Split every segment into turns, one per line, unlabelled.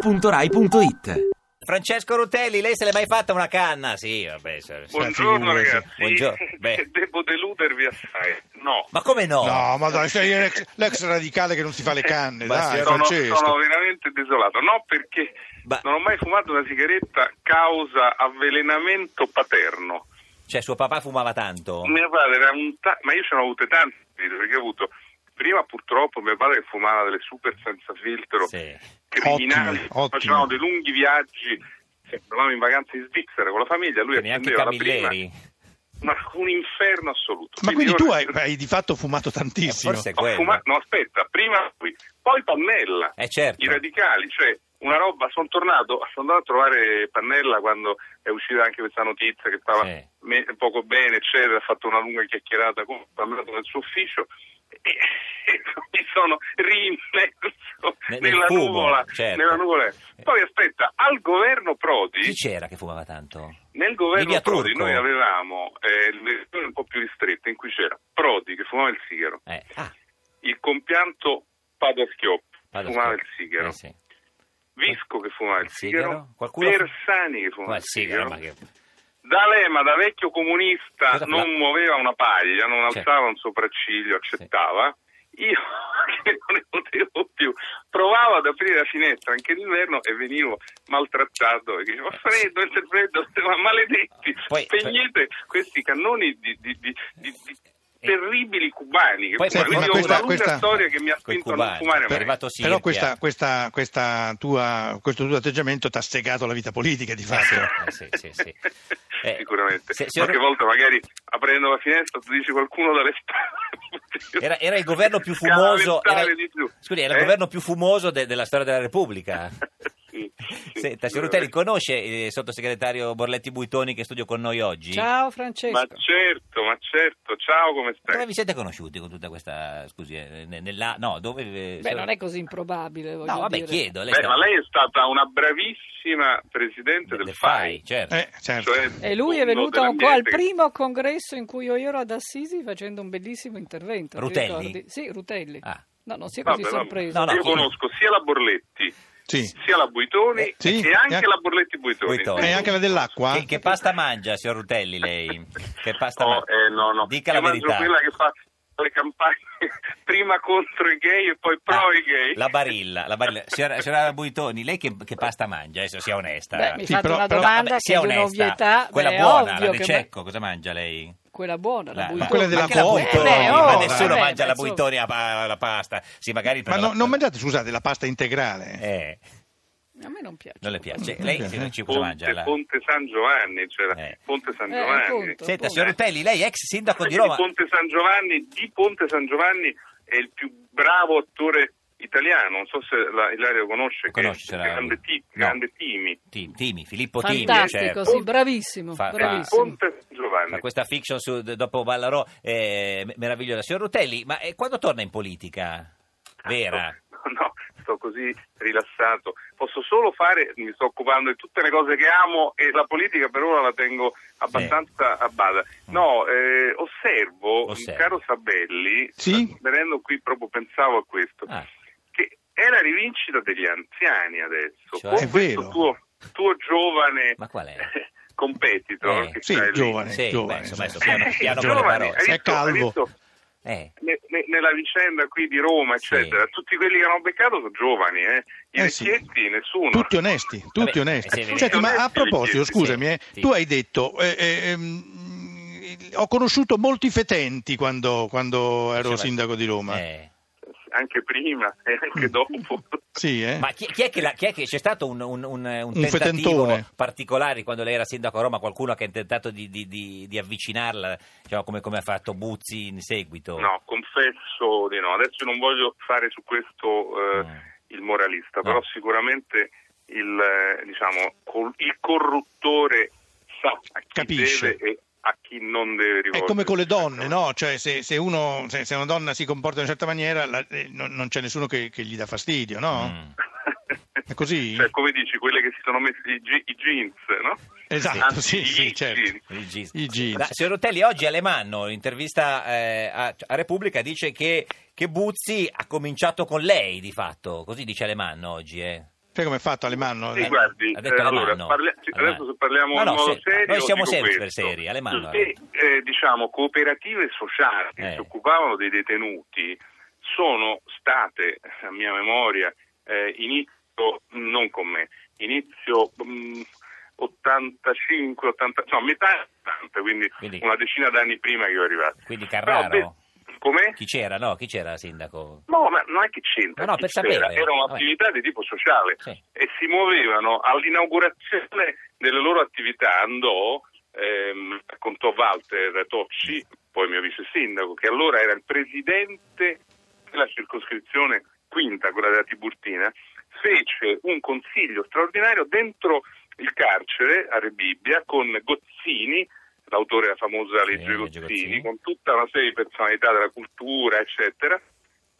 radio2pod.rai.it
Francesco Rutelli, lei se l'è mai fatta una canna? Sì, vabbè. se- se-
Buongiorno
figurati.
ragazzi,
Buongiorno. Beh,
devo deludervi assai. No,
ma come no?
Oh.
No, ma dai, sei l'ex, l'ex radicale che non si fa le canne,
Ma
dai,
sì,
sono,
Francesco.
sono veramente desolato. No, perché
Ba-
non ho mai fumato una sigaretta causa avvelenamento paterno.
Cioè, suo papà fumava tanto?
Mio padre era un ta- ma io ce ne ho avute tante, perché ho avuto prima purtroppo mio padre che fumava delle super senza filtro,
Sì.
criminali,
Ottime, ottime.
facevamo dei lunghi viaggi, sempre andavamo in vacanza in Svizzera con la famiglia, lui
Neanche
attendeva la prima,
Camilleri?
ma un inferno assoluto.
Ma quindi
io-
tu hai, hai di fatto fumato tantissimo.
Eh, Forse è
Ho
quello.
fuma- no, aspetta, prima lui, poi Pannella,
Eh, certo.
i radicali, cioè una roba, sono tornato, sono andato a trovare Pannella quando è uscita anche questa notizia che stava
Sì.
me- poco bene, eccetera, ha fatto una lunga chiacchierata con Pannella nel suo ufficio e, e mi sono rimesso
Ne- nel
nella,
fumo,
nuvola,
certo.
nella nuvola. Poi aspetta, al governo Prodi...
Chi c'era che fumava tanto?
Nel
Livia
governo Prodi
Turco.
noi avevamo eh, le elezioni un po' più ristrette in cui c'era Prodi che fumava il sigaro,
Eh, ah,
il compianto Padoschio
vado a
fumava il
scoprire.
sigaro,
Eh, sì.
Visco che fumava il sigaro,
Qualcuno
Bersani che fumava
Ma
il
il sigaro,
sigaro,
ma che...
D'Alema da vecchio comunista
Cosa fa-
non muoveva una paglia, non
Sì.
alzava un sopracciglio, accettava. Io che non ne potevo più, provavo ad aprire la finestra anche d'inverno e venivo maltrattato. E dicevo, "Ho freddo, il freddo, ma maledetti,
Eh, Ah, Poi- cioè
spegnete questi cannoni di, di- di- di- di terribili cubani. Che
Eh. Poi-
fumano".
Senti, ma
Quindi ho
questa-
una lunga
questa-
storia che mi ha
Coi
spinto a non
cubani,
fumare
è
mai.
arrivato Sirchia.
Però questa, questa, questa tua, questo tuo atteggiamento ti ha segato la vita politica, di fatto.
Eh, sì, sì, sì. Eh,
Sicuramente.
se-
Qualche
signor-
volta magari aprendo la finestra tu dici qualcuno dalle spalle.
Era, era il governo più fumoso. Era,
Calentare di più.
scusi, era il
Eh?
governo più fumoso de- della storia della Repubblica.
Sì, sì,
Senta, signor
sicuramente.
Rutelli, conosce il sottosegretario Borletti Buitoni che è in studio con noi oggi?
Ciao
Ma
Francesco.
certo, ma certo. Ciao, come
Come
stai?
vi siete conosciuti con tutta questa. Scusi, eh, ne- nella. No, dove. eh,
Beh, non è così improbabile, voglio
Cioè, No, vabbè,
dire.
chiedo. Lei
Beh,
sta-
ma lei è stata una bravissima presidente
del-
del,
del
FAI.
certo.
Eh, certo.
cioè
E lui è
mondo
venuto un po' al
dell'ambiente.
primo congresso in cui io ero ad Assisi facendo un bellissimo intervento. ti
Rutelli?
ricordi? Sì, Rutelli.
Ah.
No, non si è
Vabbè,
così
vabbè.
sorpreso.
No, no,
Io
chi-
conosco sia la Borletti,
Sì.
sia la Buitoni
Eh,
sì,
e anche
e anche-
la Borletti Buitoni.
Buitoni.
E anche la dell'acqua?
Che, che pasta mangia, signor Rutelli, lei? Che pasta
No,
mangia?
eh, no, no.
Dica
Io
la
mangio
verità.
quella che fa le campagne prima contro i gay e poi pro
Ah,
i gay.
La barilla, la barilla. Signora, signora Buitoni, lei che, che pasta mangia? Adesso sia onesta.
Beh, mi
Sì,
fate
però-
una
però-
domanda
Vabbè,
che è
sia
di
onesta.
un'ovvietà.
Quella
Beh, è
buona, la
ovvio
De
che-
Cecco, cosa mangia lei?
Quella buona, la,
La-
Buitoni.
Quella della
anche la
Buitoni.
Buitoni,
Eh, beh,
ma
oh,
nessuno
vabbè,
mangia la
insomma.
Buitoni a pa- alla pasta. Sì, magari
Ma
per
no-
la-
non mangiate, scusate, la pasta integrale?
Eh,
A me non piace.
non le piace.
Non
Lei
piace,
signor
eh.
Cecco, cosa mangia?
Ponte,
La-
Ponte San Giovanni, c'era
Eh.
Ponte San
Eh,
Giovanni.
Senta,
appunto. Ponte.
signor Rutelli, lei ex sindaco di
Di
Roma.
Ponte San Giovanni, di Ponte San Giovanni è il più bravo attore italiano, non so se la, Ilaria lo conosce,
Lo conosci,
che è
c'era-
grande, ti-
no.
grande Timi.
Ti- Timi, Filippo Timi,
Fantastico,
certo.
sì, bravissimo,
Fa- fa-
bravissimo.
Ponte San
Fa
Giovanni.
questa fiction su- dopo Ballarò eh, me- meravigliosa. Signor Rutelli, ma eh, quando torna in politica?
Ah,
Vera?
No, Ecco. no, sto così rilassato. Posso solo fare, mi sto occupando di tutte le cose che amo e la politica per ora la tengo abbastanza a bada. No, eh, osservo,
Osservo.
caro Sabelli,
Sì?
venendo qui proprio pensavo a questo,
Ah,
che è la rivincita degli anziani adesso.
Cioè?
Con
È
questo
vero.
Tuo, tuo giovane
Ma qual è?
competitor.
Eh,
che
sì,
stai lì.
giovane.
sì,
giovane,
beh, insomma, adesso
insomma.
piano,
Eh,
piano con le
giovani,
parole.
hai
È
visto- hai
calvo.
visto
Eh,
ne- ne- nella vicenda qui di Roma,
Sì.
eccetera, tutti quelli che hanno beccato sono giovani, eh? I
Eh sì.
vecchietti, nessuno.
Tutti onesti, tutti
Vabbè,
onesti.
eh, sì,
Senti, ma a
onesti,
proposito,
sì,
scusami,
sì,
eh,
sì.
tu hai detto, eh, eh, ehm, ho conosciuto molti fetenti quando, quando ero
Sì, ma-
sindaco di Roma.
eh.
Anche prima e
Mm.
anche dopo.
Sì, eh?
Ma chi, chi è che la- chi è che- c'è stato un, un- un- un tentativo
fetentone.
particolare quando lei era sindaco a Roma? Qualcuno che ha tentato di, di- di- di avvicinarla, diciamo, come, come ha fatto Buzzi in seguito?
No, confesso di no. Adesso non voglio fare su questo eh,
Mm.
il moralista,
No.
però sicuramente il, eh, diciamo, col- il corruttore sa a chi
Capisce.
deve e a chi non deve rivolgersi.
È come con le
ecco.
donne, no? Cioè, se, se uno, se, se una donna si comporta in una certa maniera, la- eh, non, non c'è nessuno che, che gli dà fastidio, no?
Mm.
È così?
Cioè, come dici, quelle che si sono messe i, ge- i jeans, no?
Esatto, sì,
Anzi,
sì,
i
certo.
jeans.
Il jeans.
I jeans.
Da- signor Rotelli, oggi Alemanno, in intervista eh, a, a Repubblica, dice che, che Buzzi ha cominciato con lei, di fatto. Così dice Alemanno oggi, eh.
Te Cioè, come hai fatto Alemanno?
Sì, guardi,
ha detto
eh,
Alemanno.
allora, parli-
Alemanno.
adesso se parliamo
No,
in
no,
modo
se-
serio.
noi siamo
dico
sempre
questo.
seri, Alemanno,
Che, eh, diciamo, cooperative sociali che
Eh.
si occupavano dei detenuti sono state, a mia memoria, eh, inizio, non con me, inizio 85, 80, no, metà 80, quindi,
Quindi-
una decina d'anni prima che io arrivassi.
Quindi
Però,
Carraro?
beh, Come?
Chi c'era? No, chi c'era sindaco?
No, ma non è che c'entra.
No, no,
chi
per
c'era?
sapere.
Era un'attività di tipo sociale
Sì.
e si muovevano all'inaugurazione delle loro attività andò ehm, raccontò Walter Tocci poi mio vice sindaco che allora era il presidente della circoscrizione quinta quella della Tiburtina fece un consiglio straordinario dentro il carcere a Rebibbia con Gozzini l'autore della famosa
Sì,
legge
legge Gozzini.
Gozzini con tutta una serie di personalità della cultura eccetera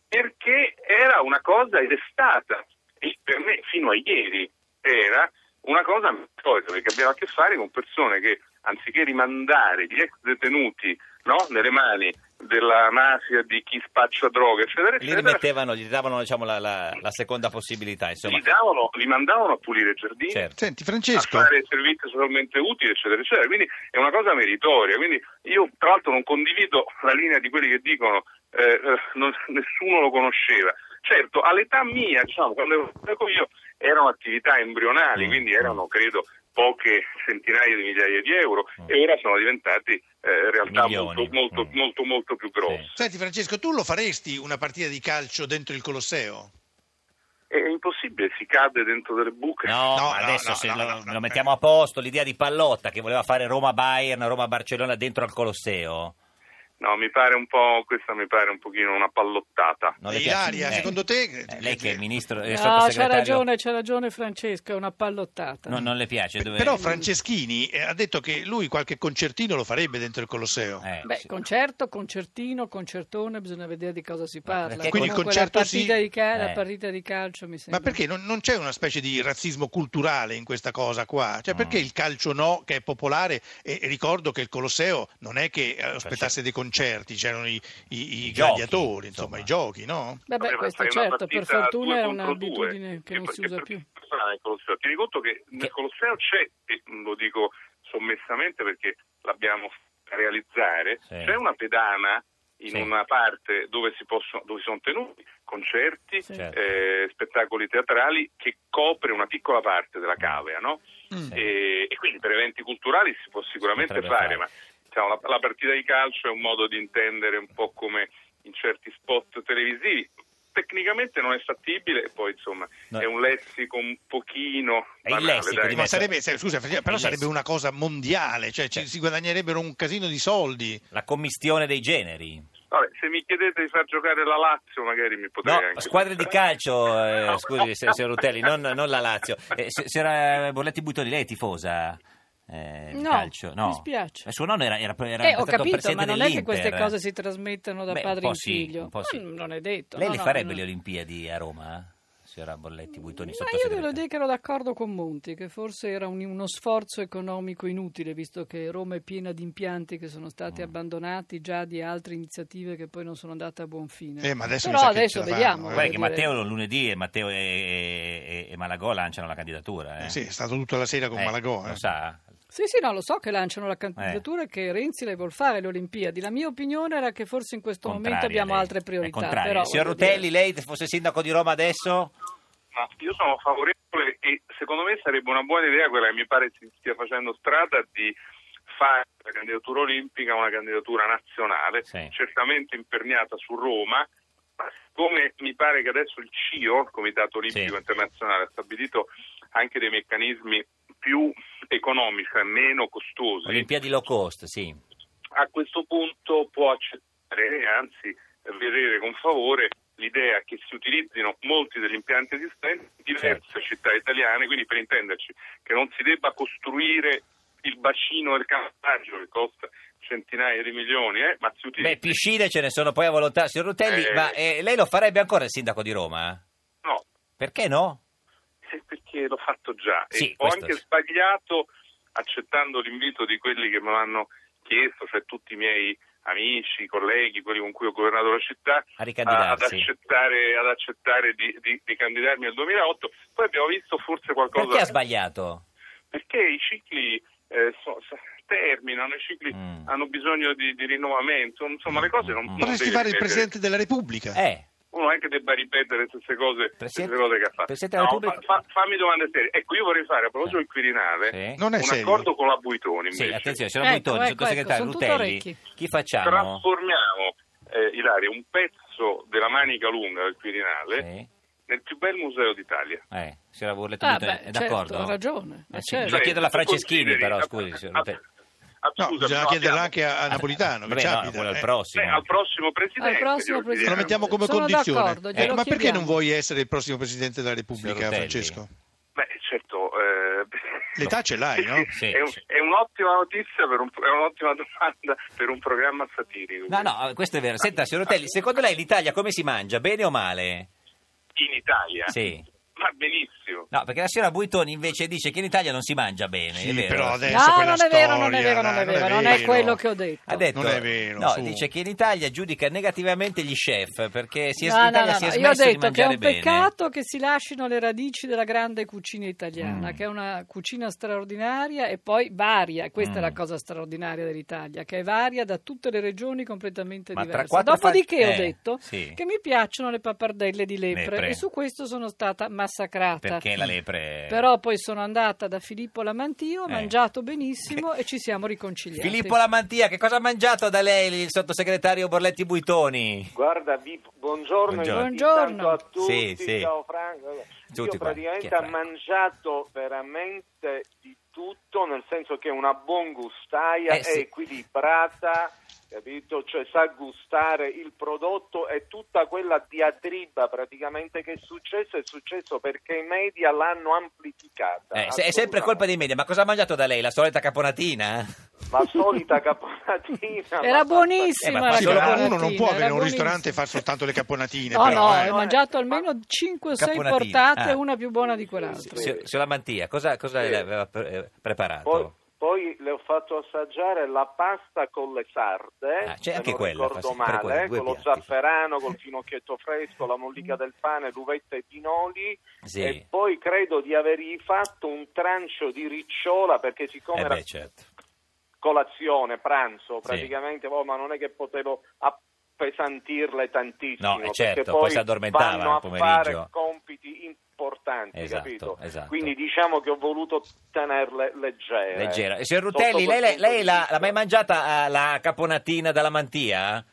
perché era una cosa ed è stata e per me fino a ieri era una cosa storica perché abbiamo a che fare con persone che anziché rimandare gli ex detenuti no, nelle mani della mafia di chi spaccia droga eccetera
Li
eccetera
rimettevano, gli davano diciamo, la, la- la seconda possibilità, insomma.
li, davano- li mandavano a pulire i giardini
Certo.
Senti,
a
Francesco,
fare servizi socialmente utili, eccetera, eccetera. Quindi è una cosa meritoria. Quindi io, tra l'altro, non condivido la linea di quelli che dicono eh, eh, non- nessuno lo conosceva. Certo, all'età mia, diciamo, quando ero sindaco io, erano attività embrionali,
Mm.
quindi erano, credo, poche centinaia di migliaia di euro
Mm.
e ora sono diventati eh, realtà
Milioni.
molto, molto,
Mm.
molto, molto più grosse.
senti Francesco, tu lo faresti una partita di calcio dentro il Colosseo?
È impossibile, si cade dentro delle buche.
No,
No,
ma
no,
adesso
no,
se
no,
lo,
no, no.
lo mettiamo a posto l'idea di Pallotta che voleva fare Roma-Bayern, Roma-Barcellona dentro al Colosseo.
No, mi pare un po', questa mi pare un pochino una pallottata.
Non le
Eh,
piace?
Ilaria, secondo te-
eh, lei che è ministro e
No, c'ha
sottosegretario...
ragione, c'ha ragione Francesco, è una pallottata.
No, non le piace? dove-
Però Franceschini eh, ha detto che lui qualche concertino lo farebbe dentro il Colosseo.
Eh,
Beh,
sì.
concerto, concertino, concertone, bisogna vedere di cosa si parla.
perché-
Quindi il
Comunque
concerto
la partita,
sì.
di ca- la
Eh.
partita di calcio mi sembra.
Ma perché non, non c'è una specie di razzismo culturale in questa cosa qua? Cioè,
No.
perché il calcio no, che è popolare, e e ricordo che il Colosseo non è che eh,
Faceva-
ospitasse dei concerti, c'erano i,
Cioè,
i- i
I giochi,
gladiatori,
insomma.
insomma, i giochi, no?
Vabbè,
Vabbè,
questo
fai una
certo, per
partita
fortuna
due
è
contro due,
un'abitudine che non si
perché
usa
per
più.
persona nel Colosseo. Tieni conto che nel
Che-
Colosseo c'è, e lo dico sommessamente perché l'abbiamo fatta realizzare,
Sì.
c'è una pedana in
Sì.
una parte dove si, possono, dove si sono tenuti concerti,
Sì.
Certo.
eh, spettacoli teatrali che copre una piccola parte della cavea, no?
Mm.
E, e quindi per eventi culturali si può sicuramente
potrebbe fare.
fare, ma diciamo, la, la partita di calcio è un modo di intendere un po' come in certi spot televisivi. Tecnicamente non è fattibile, e poi insomma
No.
è un lessico un pochino
È il
banale,
lessico
dai.
di
Ma
mezzo.
sarebbe, se- scusa, Francesco, però
Il
sarebbe
resto.
una cosa mondiale, cioè ci-
Sì.
si guadagnerebbero un casino di soldi.
La commistione dei generi.
Vabbè, se mi chiedete di far giocare la Lazio, magari mi potrei
No,
anche.
squadre di calcio, eh,
No.
scusi, se- signor Rutelli, non, non la Lazio. Eh, se- signora Borletti Buitoni, lei è tifosa eh, di
No,
calcio?
mi spiace.
Eh, suo nonno era, era, era
Eh, ho
stato
capito,
presidente
ma non è che
dell'Inter.
queste cose si trasmettano da
Beh, un
padre
po'
in
sì,
figlio.
un po' sì.
Ma Non è detto.
Lei
no,
le
no,
farebbe
non-
le Olimpiadi a Roma, eh, signora Borletti Buitoni?
Ma io devo
sottosegretaria?
dire che ero d'accordo con Monti, che forse era un- uno sforzo economico inutile, visto che Roma è piena di impianti che sono
Mm.
stati abbandonati già di altre iniziative che poi non sono andate a buon fine.
Eh, ma adesso
Però
mi sa che
adesso
ce la
vediamo,
fanno, eh.
voglio
Guarda che
dire-
Matteo lunedì e Matteo e, e- e Malagò lanciano la candidatura. Eh.
Eh sì, è stato tutta la sera con
Eh,
Malagò. eh.
Lo sa?
Sì, sì, no, lo so che lanciano la candidatura e che Renzi le vuol fare le Olimpiadi. La mia opinione era che forse in questo momento
Contraria
abbiamo
lei.
altre
È
priorità.
contraria.
però,
Signor
voglio dire-
Rutelli, lei se fosse sindaco di Roma adesso?
Ma io sono favorevole e secondo me sarebbe una buona idea quella che mi pare si stia facendo strada di fare la candidatura olimpica una candidatura nazionale,
Sì.
certamente imperniata su Roma, ma siccome mi pare che adesso il CIO, il Comitato Olimpico
Sì.
Internazionale, ha stabilito anche dei meccanismi più economici e meno costosi,
Olimpiadi low cost, sì.
a questo punto può accettare, e anzi vedere con favore l'idea che si utilizzino molti degli impianti esistenti in diverse
Certo.
città italiane, quindi per intenderci che non si debba costruire il bacino del campaggio che costa centinaia di milioni, eh, ma si utilizza.
Beh, piscine ce ne sono poi a volontà, signor Rutelli,
Eh.
ma eh, lei lo farebbe ancora il sindaco di Roma?
No,
Perché no?
se- perché l'ho fatto già
Sì,
e ho
questo
anche
sì.
sbagliato accettando l'invito di quelli che me l'hanno chiesto, cioè tutti i miei amici, colleghi, quelli con cui ho governato la città,
A
a- ad
ricandidarsi.
accettare, ad accettare di, di- di candidarmi nel 2008. Poi abbiamo visto forse qualcosa...
Perché ha sbagliato?
Perché i cicli eh, so- so- terminano, i cicli
Mm.
hanno bisogno di, di rinnovamento, insomma le cose non... non
Potresti
deve
fare il
ripetere.
Presidente della Repubblica.
Eh,
Uno anche debba ripetere le stesse cose, le
Presidente-
stesse cose che ha fatto.
Presidente della
No,
Repubblica- Eh.
fa- fa- fammi domande serie. Ecco, io vorrei fare a proposito del Quirinale
sì.
Non è
un
serio.
accordo con la Buitoni
Sì,
invece.
attenzione, c'è la
Ecco,
Boitoni,
ecco,
sottosegretario
ecco, sono tutto
Rutelli.
orecchi.
Chi facciamo?
Trasformiamo, eh, Ilaria, un pezzo della manica lunga del Quirinale
Sì.
nel più bel museo d'Italia.
Eh, signora Burletto,
Ah,
Boitoni,
beh,
è
certo,
d'accordo?
ha ragione, ma
Eh sì,
certo.
bisogna
Lo
chiedere alla
tu
Franceschini,
consideri-
però,
ah,
scusi, signor
ah,
Rutelli.
ah,
No,
scusa,
bisogna
no, abbiamo-
chiederla
Ah,
anche a, a Napolitano. che
Vabbè,
ci
no,
abita,
quello è il
eh.
prossimo.
Beh, al prossimo presidente.
Al prossimo
glielo
presidente.
Lo
chiediamo.
mettiamo come
Sono d'accordo,
condizione. Eh,
glielo
ma perché
chiediamo.
non vuoi essere il prossimo Presidente della Repubblica,
Signor Rutelli.
Francesco?
Beh, certo. eh,
L'età ce l'hai, no?
Sì,
è, un-
sì.
è un'ottima notizia, per un- è un'ottima domanda per un programma satirico.
No, no, questo è vero. Senta, signor Rutelli, secondo lei l'Italia come si mangia, bene o male?
In Italia?
Sì.
Ma benissimo.
No, perché la signora Buitoni invece dice che in Italia non si mangia bene,
Sì,
è vero?
però adesso
No,
quella
non è vero,
storia,
non è vero, non
dai,
è vero, non è
vero.
quello che ho detto.
Ha detto,
Non è vero,
no,
su.
dice che in Italia giudica negativamente gli chef perché si è,
No,
in
no,
Italia
no,
si è
no,
smesso
Io ho
di
detto che è
mangiare
un
bene.
peccato che si lasciano le radici della grande cucina italiana,
Mm.
che è una cucina straordinaria e poi varia. Questa è
Mm.
la cosa straordinaria dell'Italia, che è varia da tutte le regioni completamente
Ma tra
diverse.
quattro
Dopodiché
fa-
ho
eh,
detto
sì.
che mi piacciono le pappardelle di lepre,
Lepre.
e su questo sono stata massacrata.
Perché la lepre...
Però poi sono andata da Filippo Lamantio, ho
Eh.
mangiato benissimo e ci siamo riconciliati.
Filippo Lamantia, che cosa ha mangiato da lei il sottosegretario Borletti Buitoni?
Guarda, vi, buongiorno,
Buongiorno.
intanto a
Sì,
tutti,
sì.
ciao Franco.
Tutti
Io
qua. Chi
praticamente
è
ho
Franco?
mangiato veramente di tutto, nel senso che è una buon gustaia,
Eh, sì.
è equilibrata, capito? Cioè sa gustare il prodotto e tutta quella diatriba praticamente che è successo è successo perché i media l'hanno amplificata.
Eh, se- è sempre colpa dei media, ma cosa ha mangiato da lei? La solita caponatina?
La solita caponatina.
Era
ma-
buonissima
Eh,
la
ma
Sì, però
carbonara.
uno non può avere
Era
un
buonissima.
ristorante e far soltanto le caponatine.
No,
però,
no,
eh.
ho mangiato almeno 5 o 6
Caponatini.
portate,
Ah.
una più buona di quell'altra.
Sì.
Signor signor Lamantia, cosa, cosa
Sì.
le aveva pre- eh, preparato?
Poi, poi le ho fatto assaggiare la pasta con le sarde,
Ah, c'è
se
anche
non
quella,
ricordo
fa- per
male,
quello, due
con lo
piatti.
zafferano, col finocchietto fresco, la mollica del pane, l'uvetta e i pinoli
Sì. eh
e poi credo di avergli fatto un trancio di ricciola perché siccome
Eh
era
beh, certo.
colazione, pranzo praticamente, oh, ma non è che potevo appesantirle tantissimo
No, eh, certo,
perché
poi
poi,
si addormentava
vanno a
pomeriggio.
fare compiti importanti,
Esatto,
capito?
esatto.
Quindi diciamo che ho voluto tenerle leggere.
Leggera. E Signor
eh, Sotto
Rutelli, lei,
quel
lei-
punto
lei
di
l'ha,
vista.
l'ha mai mangiata eh, la caponatina dalla mantia?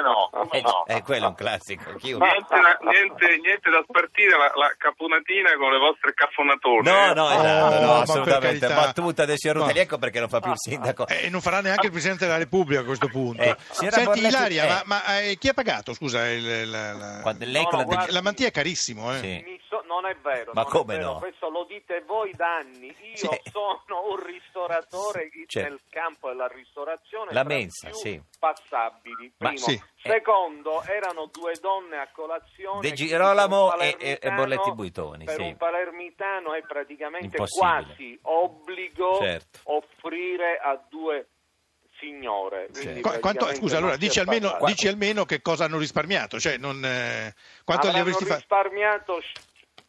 no?
Ah,
Eh,
No.
eh, quello è un classico. Chi-
Niente, da, niente- niente da spartire la, la caponatina con le vostre caffonatone. eh.
No, no, esatto,
Oh,
no,
ma per
assolutamente.
carità.
Battuta del signor Rutelli,
No.
ecco perché non fa più il sindaco.
Eh, non farà neanche il Presidente della Repubblica a questo punto.
Eh, signora
Senti,
Borletti,
Ilaria,
eh.
ma, ma, eh, chi ha pagato? Scusa, il- la, la-
Quando lei
No,
con la
no,
de-
guarda-
la mantia è carissimo, eh.
Sì.
Mi so- non è vero,
Ma
non
come
è vero,
no?
questo lo dite voi da anni. Io
Sì.
sono un ristoratore in-
Certo.
nel campo della ristorazione.
La
tra i
mensa,
più
sì.
Passabili.
Ma eh.
Primo.
sì.
Secondo, erano due donne a colazione.
De
che
Girolamo
per un
e- e- e
palermitano-
Borletti Buitoni,
Per
sì.
un palermitano è praticamente
Impossibile.
quasi obbligo
Certo.
offrire a due signore.
Certo.
Quindi
Qua- quanto-
praticamente
scusa,
non
allora
si è
dici almeno,
parlato.
dici almeno che cosa hanno risparmiato, cioè non, eh, quanto gli
Avranno
avresti fatto?
risparmiato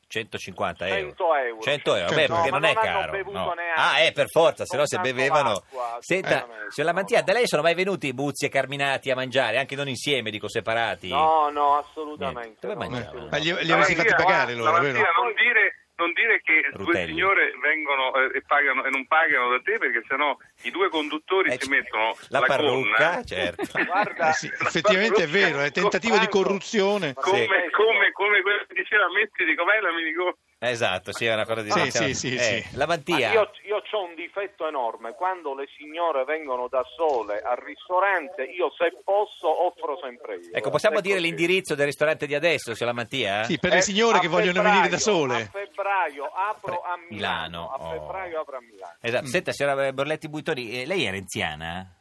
150 euro.
100 euro.
100 euro, vabbè,
No,
perché
ma
non è
non hanno
caro.
bevuto
no.
neanche.
Ah, eh, per forza, se no se
Soltanto
bevevano.
l'acqua,
Senta,
veramente,
signor Lamantia,
no, no.
da lei sono mai venuti Buzzi e Carminati a mangiare, anche non insieme, dico separati?
No, no, assolutamente.
Dove
no,
mangiavano?
assolutamente.
eh, Ma gli, li
Ma
avresti
io-
fatti pagare
guarda,
loro,
Mattia,
vero?
Non dire, non dire che due
Rutelli.
signore vengono eh, e, pagano, e non pagano da te perché sennò i due conduttori
Eh,
si
c-
mettono
la
la,
parrucca,
gonna eh.
certo.
Guarda,
Eh sì, effettivamente è vero, è tentativo di corruzione.
come,
Sì.
come, come quello che diceva Metti di com'è la minigonna
Esatto, sì, è una cosa di
Sì,
non siamo-
sì, sì,
eh,
sì.
Ma
Lamantia.
io, ho un difetto enorme, quando le signore vengono da sole al ristorante, io se posso offro sempre io.
Ecco, possiamo dire
così.
l'indirizzo del ristorante di adesso, signor Lamantia?
Sì, per le
Eh,
signore
a
che vogliono
febbraio-
venire da
A
sole.
febbraio apro a
Milano,
Milano.
oh.
A febbraio apro a Milano.
Mm.
Esatto. Senta, signora Borletti Buitoni, eh, lei è renziana?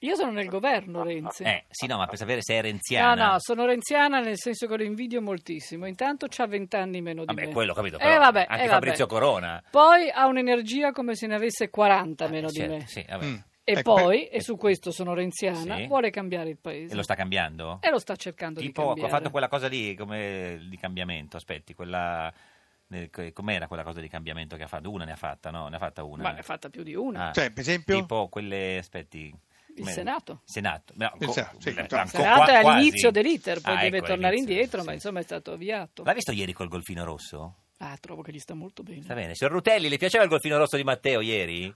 Io sono nel governo, Renzi.
Eh, sì, no, ma per sapere se è
No,
renziana.
no, sono renziana nel senso che lo invidio moltissimo. Intanto c'ha vent'anni meno di
Vabbè,
me.
quello ho capito.
Eh,
Però,
vabbè,
anche
eh,
Fabrizio
vabbè.
Corona.
Poi ha un'energia come se ne avesse 40 meno
Eh, certo,
di me.
Sì, vabbè.
Mm.
E
Ecco,
poi,
per-
e su questo sono renziana,
Sì.
vuole cambiare il paese.
E lo sta cambiando?
E lo sta cercando di
Tipo, ha
cambiare.
fatto quella cosa lì come di cambiamento, aspetti, quella... nel- que- Com'era quella cosa di cambiamento che ha fatto? Una ne ha fatta, no? Ne ha fatta una.
Ma ne ha fatta più di una.
eh. Ah,
Cioè, per esempio?
Tipo quelle, aspetti...
Il
come-
Senato.
Senato. Ma,
Il Senato, sì, certo.
Il
ancora-
Senato è
quasi.
all'inizio dell'iter, poi
Ah,
deve
ecco,
tornare
all'inizio,
indietro, ma
sì.
insomma è stato avviato.
L'ha visto ieri col golfino rosso?
Ah, trovo che gli sta molto bene.
Sta bene. Signor Rutelli, le piaceva il golfino rosso di Matteo ieri?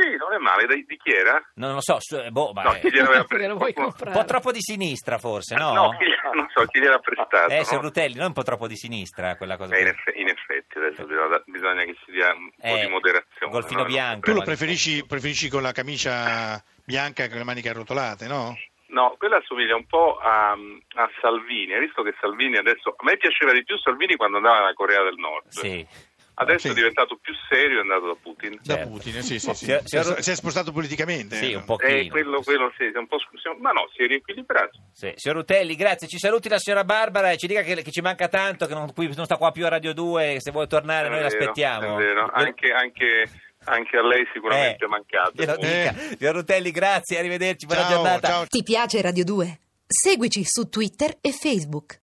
Sì, non è male, dai, di chi era?
Non lo so, su- boh, ma
No,
è-
chi gliel'aveva
Perché lo
prestato?
vuoi
un
comprare?
po' troppo di sinistra forse, Eh, no?
No, chi gliel'ha- non so, chi gliel'ha prestato?
eh, signor
no?
Rutelli, non un po' troppo di sinistra quella cosa.
Eh, in,
che-
effe- in effetti, adesso bisogna, bisogna che si dia un po'
Eh,
di moderazione.
Golfino
no?
bianco.
Tu lo preferisci, preferisci con la camicia bianca e con le maniche arrotolate, no?
No, quella assomiglia un po' a, a Salvini. Hai visto che Salvini adesso. A me piaceva di più Salvini quando andava alla Corea del Nord.
Sì.
Adesso
Sì.
è diventato più serio e è andato da Putin.
Da
Certo.
Putin, sì, sì, sì.
Signor-
Si, è,
signor-
si è spostato politicamente.
Sì,
eh.
un pochino.
Eh, quello, quello sì, si è un po' scusato. Ma no, si è riequilibrato.
Sì. Signor Rutelli, grazie. Ci saluti la signora Barbara e ci dica che, che ci manca tanto, che non, qui- non sta qua più a Radio 2, se vuole tornare
È
Eh, noi
vero,
l'aspettiamo.
è vero. Anche, anche- anche a lei sicuramente
Eh,
è mancato.
glielo dica. Signor Rutelli, grazie, arrivederci, buona
Eh. Ciao,
giornata.
ciao,
Ti piace Radio 2? Seguici su Twitter e Facebook.